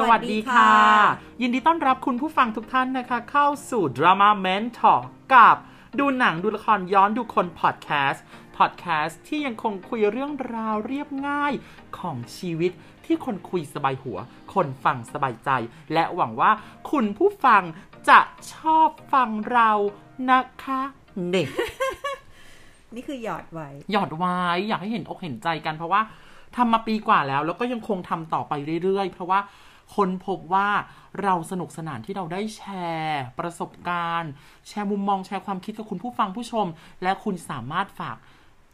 สวัสดีค่ะ ยินดีต้อนรับคุณผู้ฟังทุกท่านนะคะ เข้าสู่ Drama Mentor กับดูหนังดูละครย้อนดูคนพอดแคสต์พอดแคสต์ที่ยังคงคุยเรื่องราวเรียบง่ายของชีวิตที่คนคุยสบายหัว คนฟังสบายใจ และหวังว่าคุณผู้ฟังจะชอบฟังเรานะคะเด็ก นี่คือหยอดไว้ หยอดไว้อยากให้เห็นอกเห็นใจกัน เพราะว่าทำมาปีกว่าแล้ว แล้วก็ยังคงทำต่อไปเรื่อยๆ เพราะว่าคนพบว่าเราสนุกสนานที่เราได้แชร์ ประสบการณ์ แชร์มุมมองแชร์ความคิดกับคุณผู้ฟังผู้ชม และคุณสามารถฝาก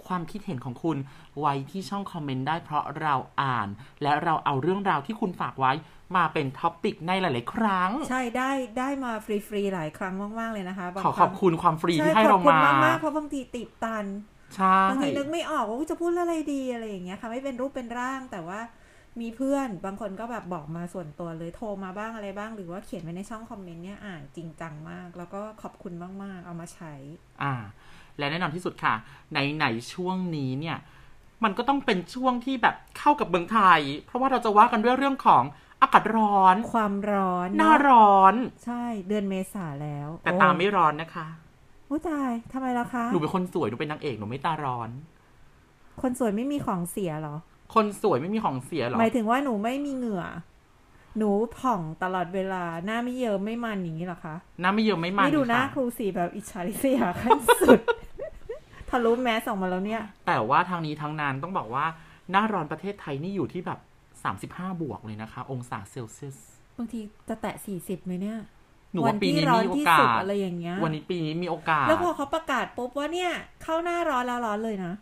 ความคิดเห็นของคุณ ไว้ที่ช่องคอมเมนต์ได้เพราะเราอ่าน และเราเอาเรื่องราวที่คุณฝากไว้มาเป็นท็อปปิกในหลาย ๆ ครั้ง ใช่ได้ได้มาฟรีๆ หลายครั้งมาก ๆ เลยนะคะาง ขอขอบ รั้ง คุณความฟรี ช่ ที่ให้เรา ขอบคุณ มาม ากๆเพราะบางทีติดตัน ใช่ บางทีนึกไม่ออกว่าจะพูดอะไรดีอะไรอย่างเงี้ยค่ะไม่เป็นรูปเป็นร่างแต่ว่ามีเพื่อนบางคนก็แบบบอกมาส่วนตัวเลยโทรมาบ้างอะไรบ้าง หรือว่าเขียนไว้ในช่องคอมเมนต์เนี่ยอ่านจริงจังมาก แล้วก็ขอบคุณมากๆ เอามาใช้ อ่า และแน่นอนที่สุดค่ะ ในไหนๆช่วงนี้เนี่ย มันก็ต้องเป็นช่วงที่แบบเข้ากับเมืองไทย เพราะว่าเราจะว่ากันด้วยเรื่องของอากาศร้อน ความร้อน หน้า เอะ ร้อน ใช่เดือนเมษาแล้ว แต่ โอ้ ตาไม่ร้อนนะคะ โอ้ตายทำไมล่ะคะ หนูเป็นคนสวย หนูเป็นนางเอก หนูไม่ตาร้อน คนสวยไม่มีของเสียเหรอ คนสวยไม่มีของเสียหรอ หมายถึงว่าหนูไม่มีเหงื่อ หนูผ่องตลอดเวลา หน้าไม่เยิ้มไม่มันอย่างนี้เหรอคะ น้ำไม่เยอะไม่มัน นี่ดูหน้า ค่ะ ครูสีแบบอิจฉาริษยาขั้นสุด ทะลุแมสออกมาแล้วเนี่ย แต่ว่าทางนี้ทางนั้นต้องบอกว่าหน้าร้อนประเทศไทยนี่อยู่ที่แบบ 35 บวกเลยนะคะ องศาเซลเซียส บางทีจะแตะสี่สิบไหมเนี่ย หนู วั ว่าปี ที่ นี้ ร้อน มีโอ ที่ กา สุด ส อะไรอย่างเงี้ย วันนี้ปีนี้มีโอกาส แล้วพอเขาประกาศปุ๊บว่าเนี่ย เข้าหน้าร้อนแล้วร้อนเลยนะ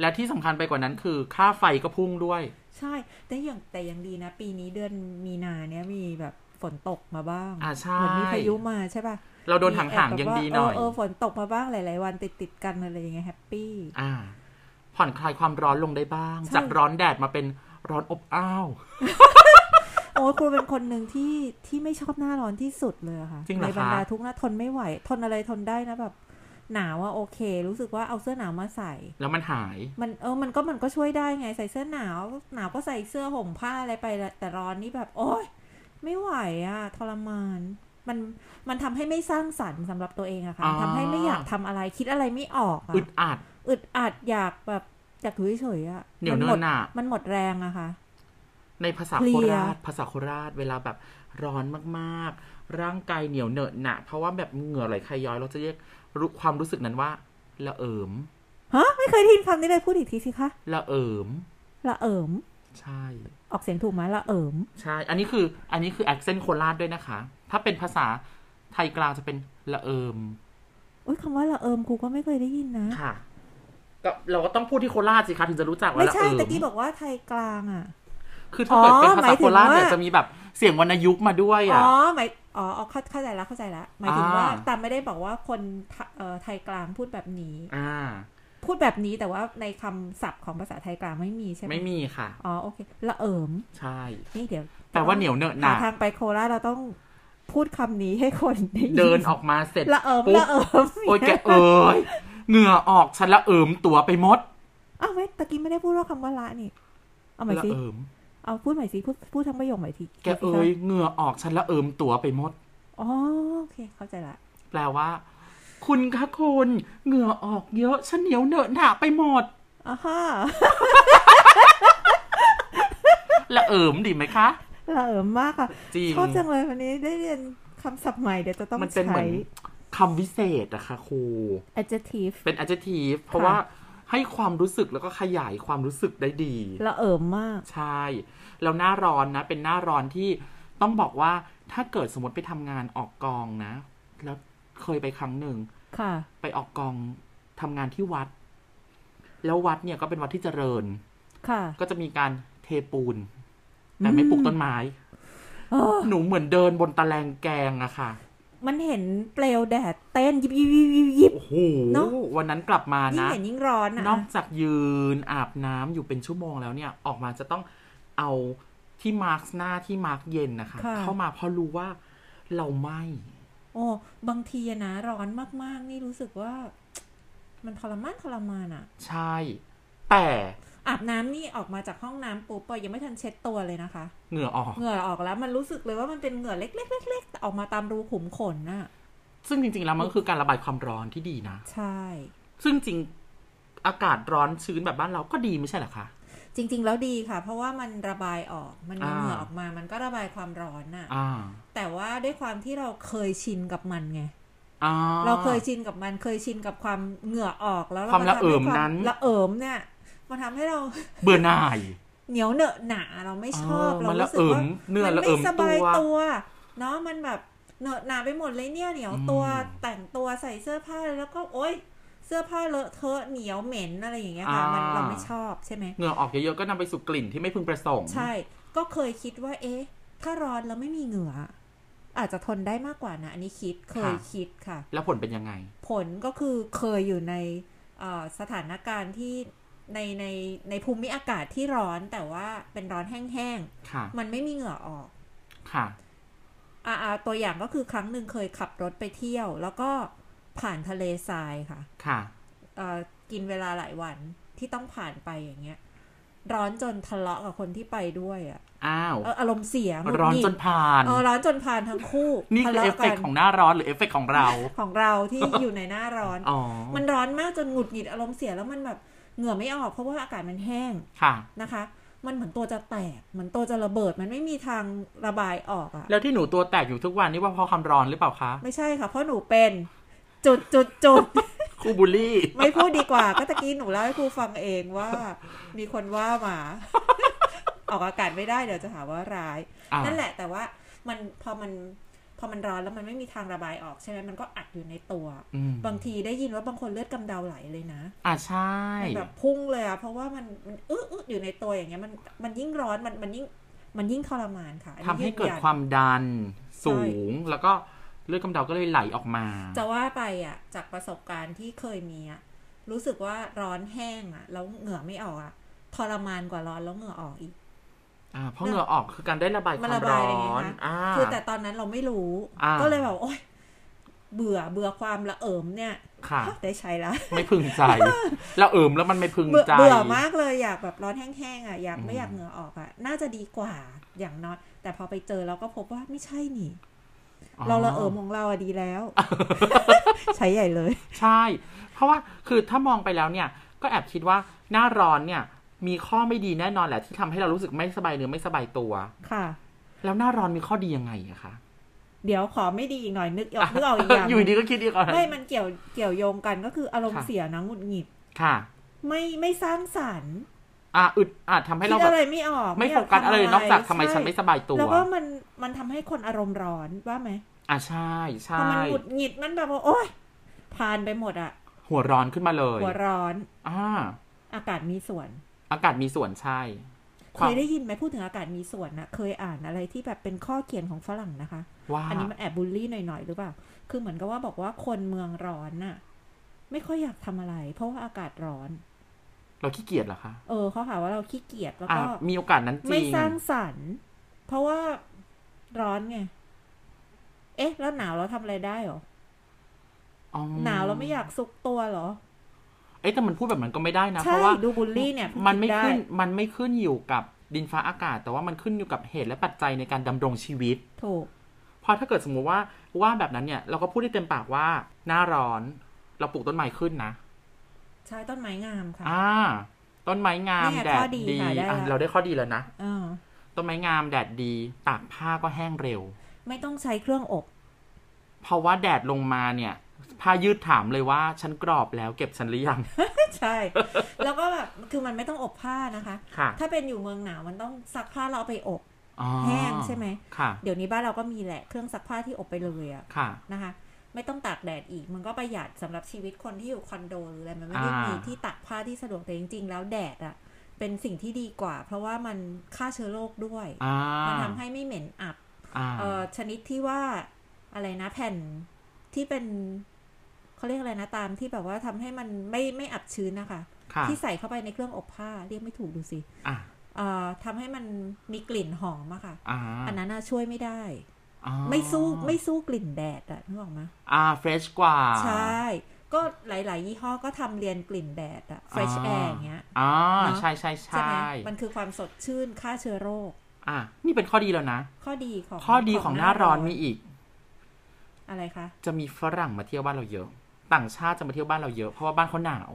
และที่สำคัญไปกว่านั้นคือ ค่าไฟก็พุ่งด้วย ใช่ แต่อย่างแต่ยังดีนะ ปีนี้เดือนมีนาเนี่ยมีแบบฝนตกมาบ้าง อ่าใช่ เหมือนมีพายุมาใช่ป่ะ เราโดนห่างๆยังดีหน่อย เออเออฝนตกมาบ้างหลาย ๆ วันติดติดๆกันอะไรอย่างเงี้ยแฮปปี้ อ่า ผ่อนคลายความร้อนลงได้บ้าง ใช่ จากร้อนแดดมาเป็นร้อนอบอ้าว โอ้ยครูเป็นคนหนึ่งที่ที่ไม่ชอบหน้าร้อนที่สุดเลยอะค่ะ จริงเหร ใน อคะ บรรดาทุกหน้าทนไม่ไหว ทนอะไรทนได้นะแบบ หนาวอะโอเค รู้สึกว่าเอาเสื้อหนาวมาใส่ แล้วมันหาย มันเออมันก็มันก็ช่วยได้ไงใส่เสื้อหนาว หนาวก็ใส่เสื้อห่มผ้าอะไรไปละแต่ร้อนนี่แบบ โอ้ยไม่ไหวอะทรมาน มันมันทำให้ไม่สร้างสรรค์สำหรับตัวเองอะค่ะ อ๋อ ทำให้ไม่อยากทำอะไรคิดอะไรไม่ออกอะ อึดอัด อึดอัดอยากแบบอยากอยู่เฉยๆอะ เหนียว มั เนื้ หม อ ด หนา มันหมดแรงอะค่ะ ในภาษา เพลี โค ย ราช ภาษาโคราชเวลาแบบร้อนมากๆ ร่างกายเหนียวเหนอะหนะเพราะว่าแบบเหงื่อไหลใครย้อย เราจะเรียกรู้ความรู้สึกนั้นว่า ละเอิม ฮะไม่เคยได้ยินคำนี้เลยพูดอีกทีสิคะ ละเอิม ละเอิม ใช่ ออกเสียงถูกไหมละเอิม ใช่ อันนี้คือ อันนี้คือแอคเซนต์โคราชด้วยนะคะ ถ้าเป็นภาษาไทยกลางจะเป็นละเอิม อุ้ยคำว่าละเอิมครูก็ไม่เคยได้ยินนะ ค่ะก็เราก็ต้องพูดที่โคราชสิคะถึงจะรู้จักว่า ไม่ ละ ใช่ เอิม ตะกี้บอกว่าไทยกลางอ่ะ คือถ้าเกิดเป็อ๋อหมานภาษาย ถึ โค ง ราชเนี่ย ว่า จะมีแบบเสียงวรรณยุกต์มาด้วย อ๋ อ่ะ อหมายอ๋อเอาเข้าเข้าใจละเข้าใจละหมายถึงว่า อ่า แต่ไม่ได้บอกว่าคนไทเอ่อไทยกลางพูดแบบนี้ อ่า พูดแบบนี้แต่ว่าในคำศัพท์ของภาษาไทยกลางไม่มีใช่ไหม ไม่มีค่ะ อ๋อโอเคละเอิม ใช่ นี่เดี๋ยว แต่ว่าเหนียวเหนอะห หา นา ทางไปโคราชเราต้องพูดคำนี้ให้คนได้ยิน เดินออกมาเสร็จ ละเอิม ปุ๊บ ละเอิม โอ้ยแกเอ๋ยเหงื่อออกฉันละเอิมตัวไปหมด อ้าวไม่ตะกี้ไม่ได้พูดว่าคำว่าละนี่เอาใหม่ ละ สิ เอิม เอาพูดใหม่สิพูดพูดทั้งประโยคใหม่ที แกเอ๋ยเหงื่อออกฉันละเอิมตัวไปหมด อ๋อโอเคเข้าใจละ แปลว่า คุณคะคุณเหงื่อออกเยอะฉันเหนียวเหนอะหนาไปหมด อ่าฮ่า ละเอิมดีไหมคะ ละเอิมมากค่ะ จริง ชอบจังเลยวันนี้ได้เรียนคำศัพท์ใหม่เดี๋ยวจะต้อง มันเป็นเหมื ใช้ อนคำวิเศษอะค่ะครู adjective เป็น adjective เพราะว่าให้ความรู้สึกแล้วก็ขยายความรู้สึกได้ดี ละเอิมมาก ใช่ แล้วหน้าร้อนนะ เป็นหน้าร้อนที่ต้องบอกว่าถ้าเกิดสมมติไปทำงานออกกองนะ แล้วเคยไปครั้งหนึ่ง ค่ะ ไปออกกองทำงานที่วัด แล้ววัดเนี่ยก็เป็นวัดที่เจริญ ค่ะ ก็จะมีการเทปูน แต่ไม่ปลูกต้นไม้ เออ หนูเหมือนเดินบนตะแลงแกงอะค่ะ มันเห็นเปลวแดดเต้นยิบยิบยิบยิบยิบ โอ้โห เนอะ วันนั้นกลับมา ยิ่ง นะ เห็นยิ่งร้อน นอ นะ กจากยืนอาบน้ำอยู่เป็นชั่วโมงแล้วเนี่ย ออกมาจะต้องเอาที่มาร์กหน้าที่มาร์กเย็นนะคะ ะ เข้ามาเพราะรู้ว่าเราไหม่ โอ้บางทีอะนะร้อนมากๆ นี่รู้สึกว่า มันทรมานทรมานอะ ใช่ แต่ อาบน้ำนี่ออกมาจากห้องน้ำปุ๊บอะยังไม่ทันเช็ดตัวเลยนะคะ เหงื่อออก เหงื่อออกแล้วมันรู้สึกเลยว่ามันเป็นเหงื่อเล็กๆๆๆแต่ออกมาตามรูขุมขนน่ะ ซึ่งจริงๆแล้วมันก็คือการระบายความร้อนที่ดีนะ ใช่ ซึ่งจริงอากาศร้อนชื้นแบบบ้านเราก็ดีไม่ใช่เหรอคะ จริง ๆ แล้วดีค่ะ เพราะว่ามันระบายออก มันมี อ่า เหงื่อออกมา มันก็ระบายความร้อนน่ะ อ่า แต่ว่าด้วยความที่เราเคยชินกับมันไง อ่า เราเคยชินกับมัน เคยชินกับความเหงื่อออกแล้ว ความ นทำให้ ละเอิมนั้น ความละเอิมเนี่ย มันทำให้เรา เบื่อหน่าย เหนียวเหนอะหนาเราไม่ชอบ เมัน เรา ละ รู้สึก เอิม ว่า เนื้อ มั ละ ไม่ เอิม ส ตั บายว ตัวเนาะมันแบบเหนอะหนาไปหมดเลยเนี่ยเหนียวตัว อืม แต่งตัวใส่เสื้อผ้าแล้วก็โอ๊ยเสื้อผ้าเลอะเทอะเหนียวเหม็นอะไรอย่างเงี้ยค่ะ อ่ามั มันเราไม่ชอบใช่ไหม เหงื่อออกเยอะๆก็นำไปสู่กลิ่นที่ไม่พึงประสงค์ ใช่ ก็เคยคิดว่า เอ๊ะ ถ้าร้อนแล้วไม่มีเหงื่อ อาจจะทนได้มากกว่านะอันนี้คิดเคยคิดค่ะ แล้วผลเป็นยังไง ผลก็คือเคยอยู่ในเอ่อสถานการณ์ที่ในในในภูมิอากาศที่ร้อนแต่ว่าเป็นร้อนแห้งๆ ค่ะ มันไม่มีเหงื่อออก ค่ะ อ่าตัวอย่างก็คือครั้งหนึ่งเคยขับรถไปเที่ยว แล้วก็ผ่านทะเลทรายค่ะ ค่ะ เอ่อกินเวลาหลายวันที่ต้องผ่านไปอย่างเงี้ย ร้อนจนทะเลาะกับคนที่ไปด้วยอะ อ้าว เอ่ะอารมณ์เสียหงุดห ร้อน งิด จนผ่าน เออร้อนจนผ่านทั้งคู่ นี่ ทะ คือ เลาะ เอฟเฟ กั ก น ต์ของหน้าร้อนหรือเอฟเฟกต์ของเรา ของเราที่ อยู่ในหน้าร้อน อ๋อ มันร้อนมากจนหงุดหงิดอารมณ์เสียแล้วมันแบบเหงื่อไม่ออกเพราะว่าอากาศมันแห้ง ค่ะ นะคะ มันเหมือนตัวจะแตกเหมือนตัวจะระเบิด มันไม่มีทางระบายออกอะ แล้วที่หนูตัวแตกอยู่ทุกวันนี่ว่าเพราะความร้อนหรือเปล่าคะ ไม่ใช่ค่ะ เพราะหนูเป็น จุดจุดจุด ครูบูลลี่ ไม่พูดดีกว่า ก็ตะกี้หนูเล่าให้ครูฟังเองว่า มีคนว่ามา ออกอากาศไม่ได้เดี๋ยวจะหาว่าร้าย อ่า นั่นแหละ แต่ว่ามันพอมันพอมันร้อนแล้วมันไม่มีทางระบายออกใช่ไหมมันก็อัดอยู่ในตัว อืม บางทีได้ยินว่าบางคนเลือดกำเดาไหลเลยนะ อ่าใช่ มันแบบพุ่งเลยอะเพราะว่ามันมันอื้ออื้ออยู่ในตัวอย่างเงี้ยมันมันยิ่งร้อนมันมันยิ่งมันยิ่งทรมานค่ะอันนี้ ทำให้เกิด ยืนยัน ความดันสูง แล้วก็เลือดกำเดาก็เลยไหลออกมา จะว่าไปอ่ะ จากประสบการณ์ที่เคยมีอ่ะ รู้สึกว่าร้อนแห้งอ่ะ แล้วเหงื่อไม่ออกอ่ะทรมานกว่าร้อนแล้วเหงื่อออกอีก อ่าเพราะเหงื่อออกคือการได้ระบายค มัน วาม ระบาย ร้ อะไรอย่างเงี้ อย น นะ อ่า คือแต่ตอนนั้นเราไม่รู้ อ่า ก็เลยแบบโอ๊ยเบื่อเบื่อความละเอิมเนี่ย ค่ะ ได้ใช้ละ ไม่พึง ใจ แล้วเอิมแล้วมันไม่พึง เบื่อ ใจ เบื่อมากเลยอยากแบบร้อนแห้งๆอ่ะอยากไม่ อืม อยากเหงื่อออกอ่ะ น่าจะดีกว่าอย่างน้อยแต่พอไปเจอเราก็พบว่าไม่ใช่นี่ เราละเอิมของเราอะดีแล้ว ใช้ใหญ่เลย ใช่ เพราะว่าคือถ้ามองไปแล้วเนี่ย ก็แอบคิดว่าหน้าร้อนเนี่ย มีข้อไม่ดีแน่นอนแหละที่ทำให้เรารู้สึกไม่สบายเนื้อไม่สบายตัว ค่ะ แล้วหน้าร้อนมีข้อดียังไงอะคะ เดี๋ยวขอไม่ดีอีกหน่อยนึกออกนึกออกอีกอย่างหนึ่ง อยู่ดีก็คิดอีกอ่ะ ไม่ มันเกี่ยว เกี่ยวโยงกันก็คืออารมณ์เสียนะหงุดหงิด ค่ะ ไม่ ไม่สร้างสรรค์ อ่ะอึดอาจทำให้ คิ เรา ด แบบ อะไรไม่ออก ไม่ ยา โฟกัสอะไรเลยนอกจากทำไม ใช่ ฉันไม่สบายตัว แล้วก็มัน มันทำให้คนอารมณ์ร้อนว่าไหม อ่ะใช่ พอ ใช่ มันหงุดหงิด มันแบบว่า โอ๊ยผ่านไปหมดอะ หัวร้อนขึ้นมาเลย หัวร้อน อ่า อากาศมีส่วน อากาศมีส่วนใช่ เคยได้ยินไหมพูดถึงอากาศมีส่วนนะเคยอ่านอะไรที่แบบเป็นข้อเขียนของฝรั่งนะคะ ว่า อันนี้มันแอบบูลลี่หน่อยๆหรือเปล่า คือเหมือนกับว่าบอกว่าคนเมืองร้อนน่ะ ไม่ค่อยอยากทำอะไร เพราะว่าอากาศร้อน เราขี้เกียจเหรอคะ เออเขาหาว่าเราขี้เกียจแล้ว อ่ะ ก็ มีโอกาสนั้นจ ไม่ ริง สร้างสรรค์เพราะว่าร้อนไง เอ๊ะ แล้วหนาวเราทำอะไรได้เหรอ อ๋อ หนาวเราไม่อยากซุกตัวเหรอ เอ๊ะแต่มันพูดแบบนั้นก็ไม่ได้นะเพ ใช่ ราะว่า ดูบูลลี่เนี่ย มันไม่ คิดด้ ขึ้นมันไม่ขึ้นอยู่กับดินฟ้าอากาศ แต่ว่ามันขึ้นอยู่กับเหตุและปัจจัยในการดำรงชีวิต ถูก เพราะถ้าเกิดสมมุติว่าว่าแบบนั้นเนี่ย เราก็พูดได้เต็มปากว่า หน้าร้อนเราปลูกต้นไม้ขึ้นนะ ใช้ต้นไม้งามค่ะ อ่า ต้นไม้งาม เนี่ย แด ข้อ ด ดี ดี ค่ะได้ อ่ะ ละ เราได้ข้อดีแล้วนะ เออ ต้นไม้งามแดดดีตากผ้าก็แห้งเร็ว ไม่ต้องใช้เครื่องอบ เพราะว่าแดดลงมาเนี่ยผ้ายืดถามเลยว่าฉันกรอบแล้วเก็บฉันหรือยัง ใช่ แล้วก็แบบ คือมันไม่ต้องอบผ้านะคะ ค่ะ ถ้าเป็นอยู่เมืองหนาวมันต้องซักผ้าแล้วเราเอาไปอบ อ๋อ แห้งใช่ไหม ค่ะ เดี๋ยวนี้บ้านเราก็มีแหละเครื่องซักผ้าที่อบไปเลยอะ ค่ะ นะคะ ไม่ต้องตากแดดอีก มันก็ประหยัดสำหรับชีวิตคนที่อยู่คอนโดหรืออะไรมันไม่ได้ อ่ามี มีที่ตากผ้าที่สะดวกแต่จริง ๆ แล้วแดดอะเป็นสิ่งที่ดีกว่า เพราะว่ามันฆ่าเชื้อโรคด้วย อ่า มันทำให้ไม่เหม็นอับ อ่า เอ่อชนิดที่ว่าอะไรนะแผ่นที่เป็นเขาเรียกอะไรนะตามที่แบบว่าทำให้มันไม่ไม่อับชื้นนะคะ ค่ะ ที่ใส่เข้าไปในเครื่องอบผ้าเรียกไม่ถูกดูสิ อ่า เอ่อทำให้มันมีกลิ่นหอมอะค่ะ อ่า อันนั้นน่ะช่วยไม่ได้ อ๋อ ไม่สู้ไม่สู้กลิ่นแดดอะนึกออกไหม อ่าเฟรชกว่า ใช่ ก็หลาย ๆ ยี่ห้อก็ทำเรียนกลิ่นแดดอะ fresh า air อย่างเงี้ย อ่า เนอะ ใช่ใช่ ใช่ ใช่ ไหมมันคือความสดชื่นฆ่าเชื้อโรค อ่ะนี่เป็นข้อดีแล้วนะ ข้อดีของ ข้อดีของหน้าร้อนมีอีก อะไรคะ จะมีฝรั่งมาเที่ยวบ้านเราเยอะ ต่างชาติจะมาเที่ยวบ้านเราเยอะ เพราะว่าบ้านเขาหนาว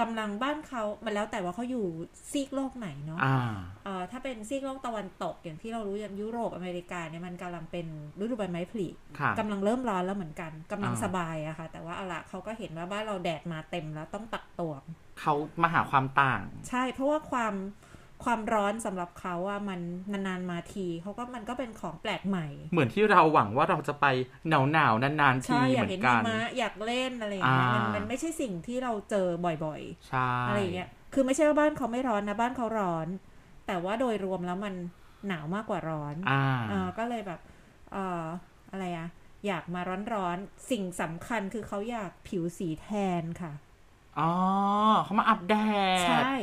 กำลังบ้านเขามันแล้วแต่ว่าเขาอยู่ซีกโลกไหนเนาะ อ่า เอ่อถ้าเป็นซีกโลกตะวันตกอย่างที่เรารู้อย่างยุโรปอเมริกาเนี่ยมันกำลังเป็นฤดูใบไม้ผลิ ค่ะ กำลังเริ่มร้อนแล้วเหมือนกันกำลัง อ่า สบายอะค่ะ แต่ว่าเอาละเขาก็เห็นว่าบ้านเราแดดมาเต็มแล้วต้องตักตวง เขามาหาความต่าง ใช่เพราะว่าความความร้อนสำหรับเขาอะมันนานๆมาทีเขาก็มันก็เป็นของแปลกใหม่ เหมือนที่เราหวังว่าเราจะไปหนาวหนาวๆนานๆที ใช่อ เห ยา มื ก อ เห็นหินกัน มะอยากเล่นอะไรอย่างเงี้ยมัน อ่ามั มันไม่ใช่สิ่งที่เราเจอบ่อย ใช่ ๆ อะไรอย่างเงี้ยคือไม่ใช่ว่าบ้านเขาไม่ร้อนนะบ้านเขาร้อน แต่ว่าโดยรวมแล้วมันหนาวมากกว่าร้อน อ่า เออก็เลยแบบเอออะไรอะอยากมาร้อนๆ สิ่งสำคัญคือเขาอยากผิวสีแทนค่ะ อ๋อ เขามาอับแด ใช ด ่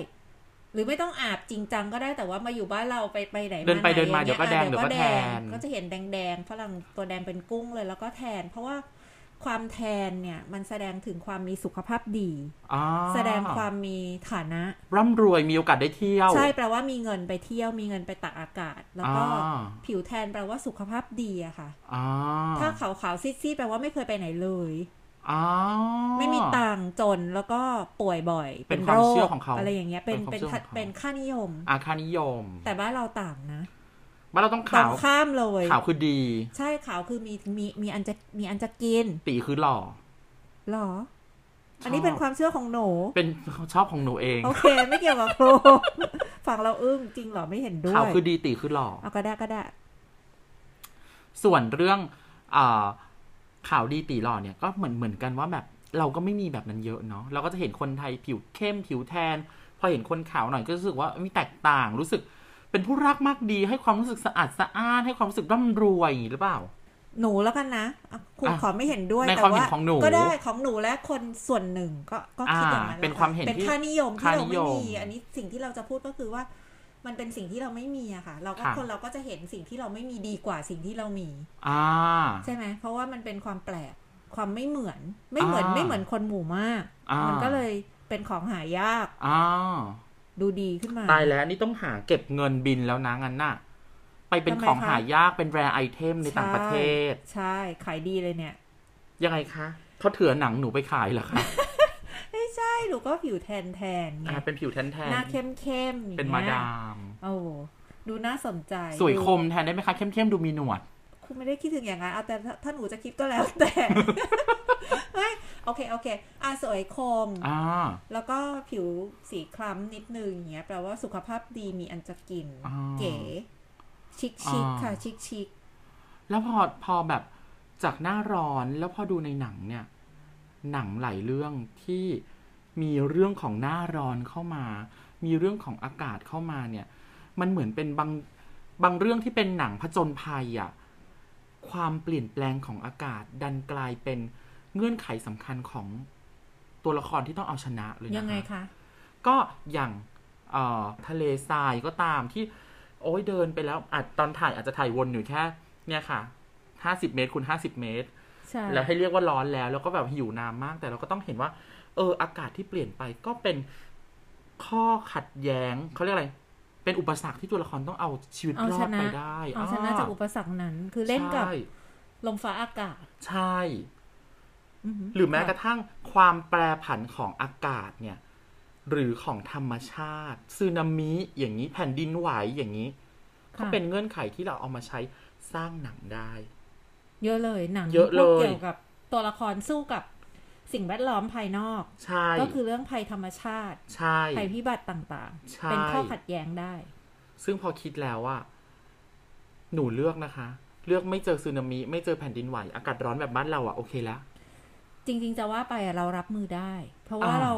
หรือไม่ต้องอาบจริงจังก็ได้แต่ว่ามาอยู่บ้านเราไปไปไหนมา เดินไป ห เดินอมาย่งงี้ เดี๋ยวก็แดง อ่ะ เดี๋ยวก็แทน ก็จะเห็นแดงๆฝรั่งตัวแดงเป็นกุ้งเลยแล้วก็แทน เพราะว่าความแทนเนี่ยมันแสดงถึงความมีสุขภาพดี อ๋อ แสดงความมีฐานะ ร่ำรวยมีโอกาสได้เที่ยว ใช่แปลว่ามีเงินไปเที่ยว มีเงินไปตักอากาศ แล้วก็ อ่า ผิวแทนแปลว่าสุขภาพดีอะค่ะ อ๋อ ถ้าขาวขาวๆซีดๆแปลว่าไม่เคยไปไหนเลย อ๋อ ไม่มีตังค์จนแล้วก็ป่วยบ่อย เป็นค โร วาคมเชื่อของเขา อะไรอย่างเงี้ยเป็น เป็ เป็น น ความเชื่อของเขา เป็นค่านิยม อาคานิยม แต่บ้านเราต่างนะ บ้านเราต้อง ตร ขาง ว ข้ามเลย ขาวคือดี ใช่ขาวคือมีมีมีอันจะมีอันจะกิน ตีคือหล่อ หรอ ชอบ อันนี้เป็นความเชื่อของหนู เป็นชอบของหนูเอง โอเค ไม่เกี่ยวกับ ครู ฝั่งเราอึ้งจริงเหรอไม่เห็นด้ว ขาว ย คือดีตีคือหล่อ เอาก็ได้ก็ได้ ส่วนเรื่องอาข่าวดีตีหล่อเนี่ยก็เหมือนเหมือนกันว่าแบบเราก็ไม่มีแบบนั้นเยอะเนาะเราก็จะเห็นคนไทยผิวเข้มผิวแทน พอเห็นคนขาวหน่อยก็รู้สึกว่ามีแตกต่าง รู้สึกเป็นผู้รักมากดี ให้ความรู้สึกสะอาดสะอ้านให้ความรู้สึกร่ำรวยอย่างนี้หรือเปล่า หนูแล้วกันนะอ่ะครู อ่ะ ขอไม่เห็นด้วย ใน แต่ ความเห็ ว่าน ของหนู ก็ได้ของหนูและคนส่วนหนึ่งก็ก็คิดอย่างนั้น อ่า แหละ เป็นความเห็น เป็น ที่ ค่านิยมที่ ค่านิ เรา ย ไม่ ม มี อันนี้สิ่งที่เราจะพูดก็คือว่า มันเป็นสิ่งที่เราไม่มีอะค่ะ เราก็ ค่ะ คนเราก็จะเห็นสิ่งที่เราไม่มีดีกว่าสิ่งที่เรามี อ่า ใช่ไหมเพราะว่ามันเป็นความแปลกความไม่เหมือนไม่เหมือน อ่า ไม่เหมือนคนหมู่มาก อ่ามั มันก็เลยเป็นของหายาก อ่า ดูดีขึ้นมา ตายแล้วนี่ต้องหาเก็บเงินบินแล้วนะงั้นน่ะไปเป็น ทำไม ของ คะ หายากเป็นแรไอเทมในต่างประเทศ ใช่ใช่ขายดีเลยเนี่ย ยังไงคะเขาเถือหนังหนูไปขายเหรอคะ ไม่ใช่หนูก็ผิวแทนแทนๆไง อ่าเป็นผิวแทนแทน หน้าเข้มๆอย่างงี้ย เป็นมาดาม โอ้ดูน่าสนใจ สวยค ดู มแทนได้ไหมคะเข้มๆดูมีหนวด คุณไม่ได้คิดถึงอย่างนั้นเอาแต่ถ้าถ้าหนูจะคิดก็แล้วแต่ ไม่โอเคโอเคอ่ะสวยคม อ่า แล้วก็ผิวสีคล้ำนิดนึงอย่างเงี้ยแปลว่าสุขภาพดีมีอันจะกิน อ่า เก๋ชิค อ่ ชิค า ค่ะ ชิคชิค แล้วพอพอแบบจากหน้าร้อนแล้วพอดูในหนังเนี่ย หนังหลายเรื่องที่มีเรื่องของหน้าร้อนเข้ามา มีเรื่องของอากาศเข้ามาเนี่ย มันเหมือนเป็นบางบางเรื่องที่เป็นหนังผจญภัยอะความเปลี่ยนแปลงของอากาศ ดันกลายเป็นเงื่อนไขสำคัญของตัวละครที่ต้องเอาชนะเลยนะคะ ยังไงคะ ก็อย่างเอ่อทะเลทรายก็ตามที่ โอ้ยเดินไปแล้วอาจตอนถ่ายอาจจะถ่ายวนอยู่แค่ เนี่ยค่ะห้าสิบเมตรคูณห้าสิบเมตร ใช่ แล้วให้เรียกว่าร้อนแล้ว แล้วก็แบบหิวน้ำมาก แต่เราก็ต้องเห็นว่า เออ อากาศที่เปลี่ยนไปก็เป็นข้อขัดแย้งเขาเรียกอะไร เป็นอุปสรรคที่ตัวละครต้องเอาชีวิต เอา รอ ช ด นะ ไปได้ เอาชนะจากอุปสรรคนั้น คือเล่นกับ ใช่ ลมฟ้าอากาศ ใช่ อือหือ หรือแม้กระทั่งความแปรผันของอากาศเนี่ย หรือของธรรมชาติสึนามิอย่างนี้แผ่นดินไหวอย่างนี้ ก็ ค่ะ เป็นเงื่อนไขที่เราเอามาใช้สร้างหนังได้ เยอะเลยหนัง เยอะเลย พวกเกี่ยวกับตัวละครสู้กับสิ่งแวดล้อมภายนอก ใช่ ก็คือเรื่องภัยธรรมชาติ ใช่ ภัยพิบัติต่าง ใช่ ๆ เป็นข้อขัดแย้งได้ ซึ่งพอคิดแล้วว่า หนูเลือกนะคะ เลือกไม่เจอสึนามิ ไม่เจอแผ่นดินไหว อากาศร้อนแบบบ้านเราอะโอเคแล้ว จริง ๆ จะว่าไปอะเรารับมือได้ เพราะว่า อ่า เรา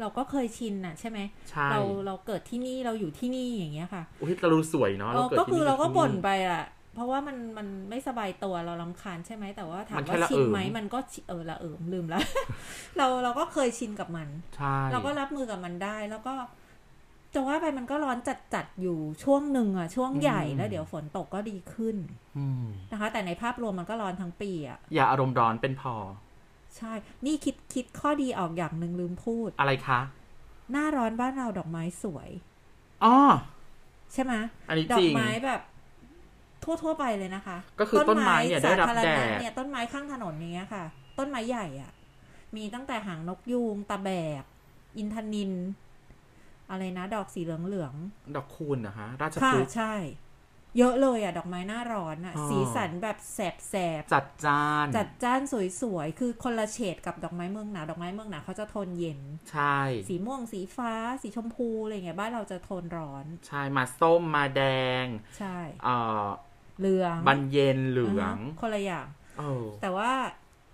เราก็เคยชินน่ะ ใช่ไหม ใช่ เราเราเกิดที่นี่เราอยู่ที่นี่อย่างเงี้ยค่ะ อุ้ยเรารู้สวยเนาะเรา เออ เกิด ก็ ที่ คือเราก็ ที่ บ่นไปอะเพราะว่ามันมันไม่สบายตัวเราลำคาญใช่ไหมแต่ว่าถาม มันแค่ ว่า ละ ชินไหม เอิม มันก็ชิเออละเอิม ลืมแล้ว เราเราก็เคยชินกับมัน ใช่ เราก็รับมือกับมันได้ แล้วก็จะว่าไปมันก็ร้อนจัดจัดๆอยู่ช่วงหนึ่งอะช่วงใหญ่แล้วเดี๋ยวฝนตกก็ดีขึ้น อืม นะคะ แต่ในภาพรวมมันก็ร้อนทั้งปีอะ อย่าอารมณ์ร้อนเป็นพอ ใช่ นี่คิดคิดข้อดีออกอย่างหนึ่งลืมพูด อะไรคะ หน้าร้อนบ้านเราดอกไม้สวย อ๋อ ใช่ไหม อันนี้ ดอ จริ ก ง ไม้แบบทั่วทั่วๆไปเลยนะคะ ก็คือต้นไม้เนี่ยได้รับ สาธาณะ แดด เนี่ยต้นไม้ข้างถนนอย่างเงี้ยค่ะ ต้นไม้ใหญ่อะมีตั้งแต่หางนกยูงตะแบก อินทนิน อะไรนะ ดอกสีเหลืองเหลืองๆ ดอกคูณนะฮะ ราช ค่ะ พฤกษ์ ใช่ เยอะเลยอ่ะ ดอกไม้หน้าร้อนอ่ะ อ๋อ สีสันแบบแสบแสบ จัดจาน จัดจ้านสวยๆ คือคนละเฉดกับดอกไม้เมืองหนาวดอกไม้เมืองหนาวเขาจะโทนเย็น ใช่ สีม่วงสีฟ้า สีชมพูอะไรเงี้ยบ้านเราจะโทนร้อน ใช่มาส้มมาแดง ใช่ เอ่อ เหลือง บานเย็นเหลือง าฮะคนละอย่าง เออ แต่ว่า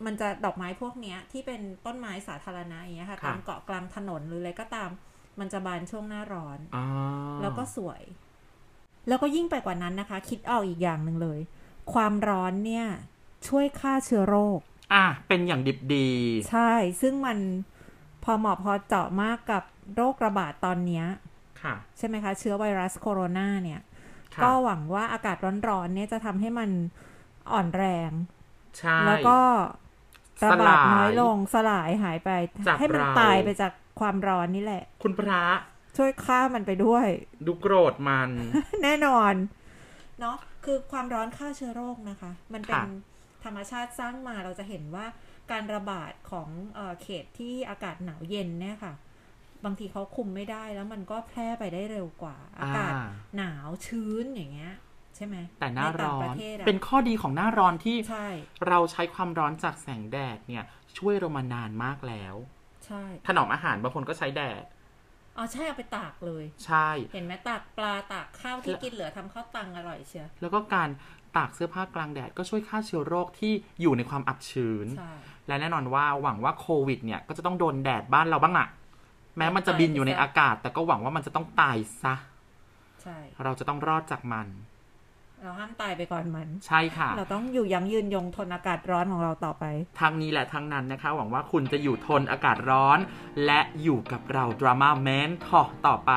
มันจะดอกไม้พวกเนี้ย ที่เป็นต้นไม้สาธารณะอย่างเงี้ยค่ะ ค่ะ ตามเกาะกลางถนนหรืออะไรก็ตาม มันจะบานช่วงหน้าร้อน อ่า แล้วก็สวย แล้วก็ยิ่งไปกว่านั้นนะคะ คิดออกอีกอย่างหนึ่งเลย ความร้อนเนี่ย ช่วยฆ่าเชื้อโรค อ่ะเป็นอย่างดิบดี ใช่ ซึ่งมันพอเหมาะพอเจาะมากกับโรคระบาดตอนเนี้ย ค่ะ ใช่ไหมคะ เชื้อไวรัสโคโรนาเนี่ย ค่ะ ก็หวังว่าอากาศร้อนๆเนี่ยจะทำให้มันอ่อนแรง ใช่ แล้วก็ระบาด สลาย น้อยลงสลายหายไป จาก ให้มัน เรา ตายไปจากความร้อนนี่แหละ คุณพระ ช่วยฆ่ามันไปด้วย ดูโกรธมัน แน่นอน เนาะคือความร้อนฆ่าเชื้อโรคนะคะ มันเป็น ค่ะ ธรรมชาติสร้างมาเราจะเห็นว่าการระบาดของเอ่อเขตที่อากาศหนาวเย็นเนี่ยค่ะ บางทีเขาคุมไม่ได้แล้วมันก็แพร่ไปได้เร็วกว่า อากาศ อ่า หนาวชื้นอย่างเงี้ย ใช่ไหม แต่หน้า ใต่ ร้ ง อ ปะ น ทศะ เป็นข้อดีของหน้าร้อนที่ ใช่ เราใช้ความร้อนจากแสงแดดเนี่ย ช่วยเรามานานมากแล้ว ใช่ ถนอมอาหารบางคนก็ใช้แดด เอาใช่เอาไปตากเลย ใช่ เห็นไหมตากปลาตากข้าวที่กินเหลือทำข้าวตังอร่อยเชียว แล้วก็การตากเสื้อผ้ากลางแดดก็ช่วยฆ่าเชื้อโรคที่อยู่ในความอับชื้น ใช่ และแน่นอนว่าหวังว่าโควิดเนี่ยก็จะต้องโดนแดดบ้านเราบ้างละแม้มันจะบินอยู่ในอากาศ แต่ก็หวังว่ามันจะต้องตายซะ ใช่ เราจะต้องรอดจากมัน เราห้ามตายไปก่อนมัน ใช่ค่ะ เราต้องอยู่ยั้งยืนยงทนอากาศร้อนของเราต่อไป ทางนี้และทางนั้นนะคะ หวังว่าคุณจะอยู่ทนอากาศร้อน และอยู่กับเราดราม่าแมนทอต่อไป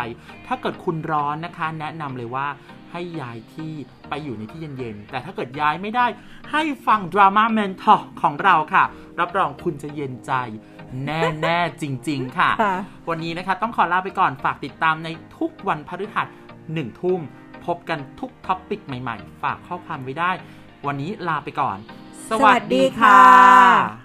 ถ้าเกิดคุณร้อนนะคะ แนะนำเลยว่าให้ย้ายที่ไปอยู่ในที่เย็นๆ แต่ถ้าเกิดย้ายไม่ได้ ให้ฟังดราม่าแมนทอของเราค่ะ รับรองคุณจะเย็นใจ แน่ๆ จริง ๆ ค่ะ ค่ะ วันนี้นะคะต้องขอลาไปก่อนฝากติดตามในทุกวันพฤหัสหนึ่งทุ่ม พบกันทุกท็อปปิกใหม่ๆ ฝากข้อความไว้ได้ วันนี้ลาไปก่อน สวัสดีค่ะ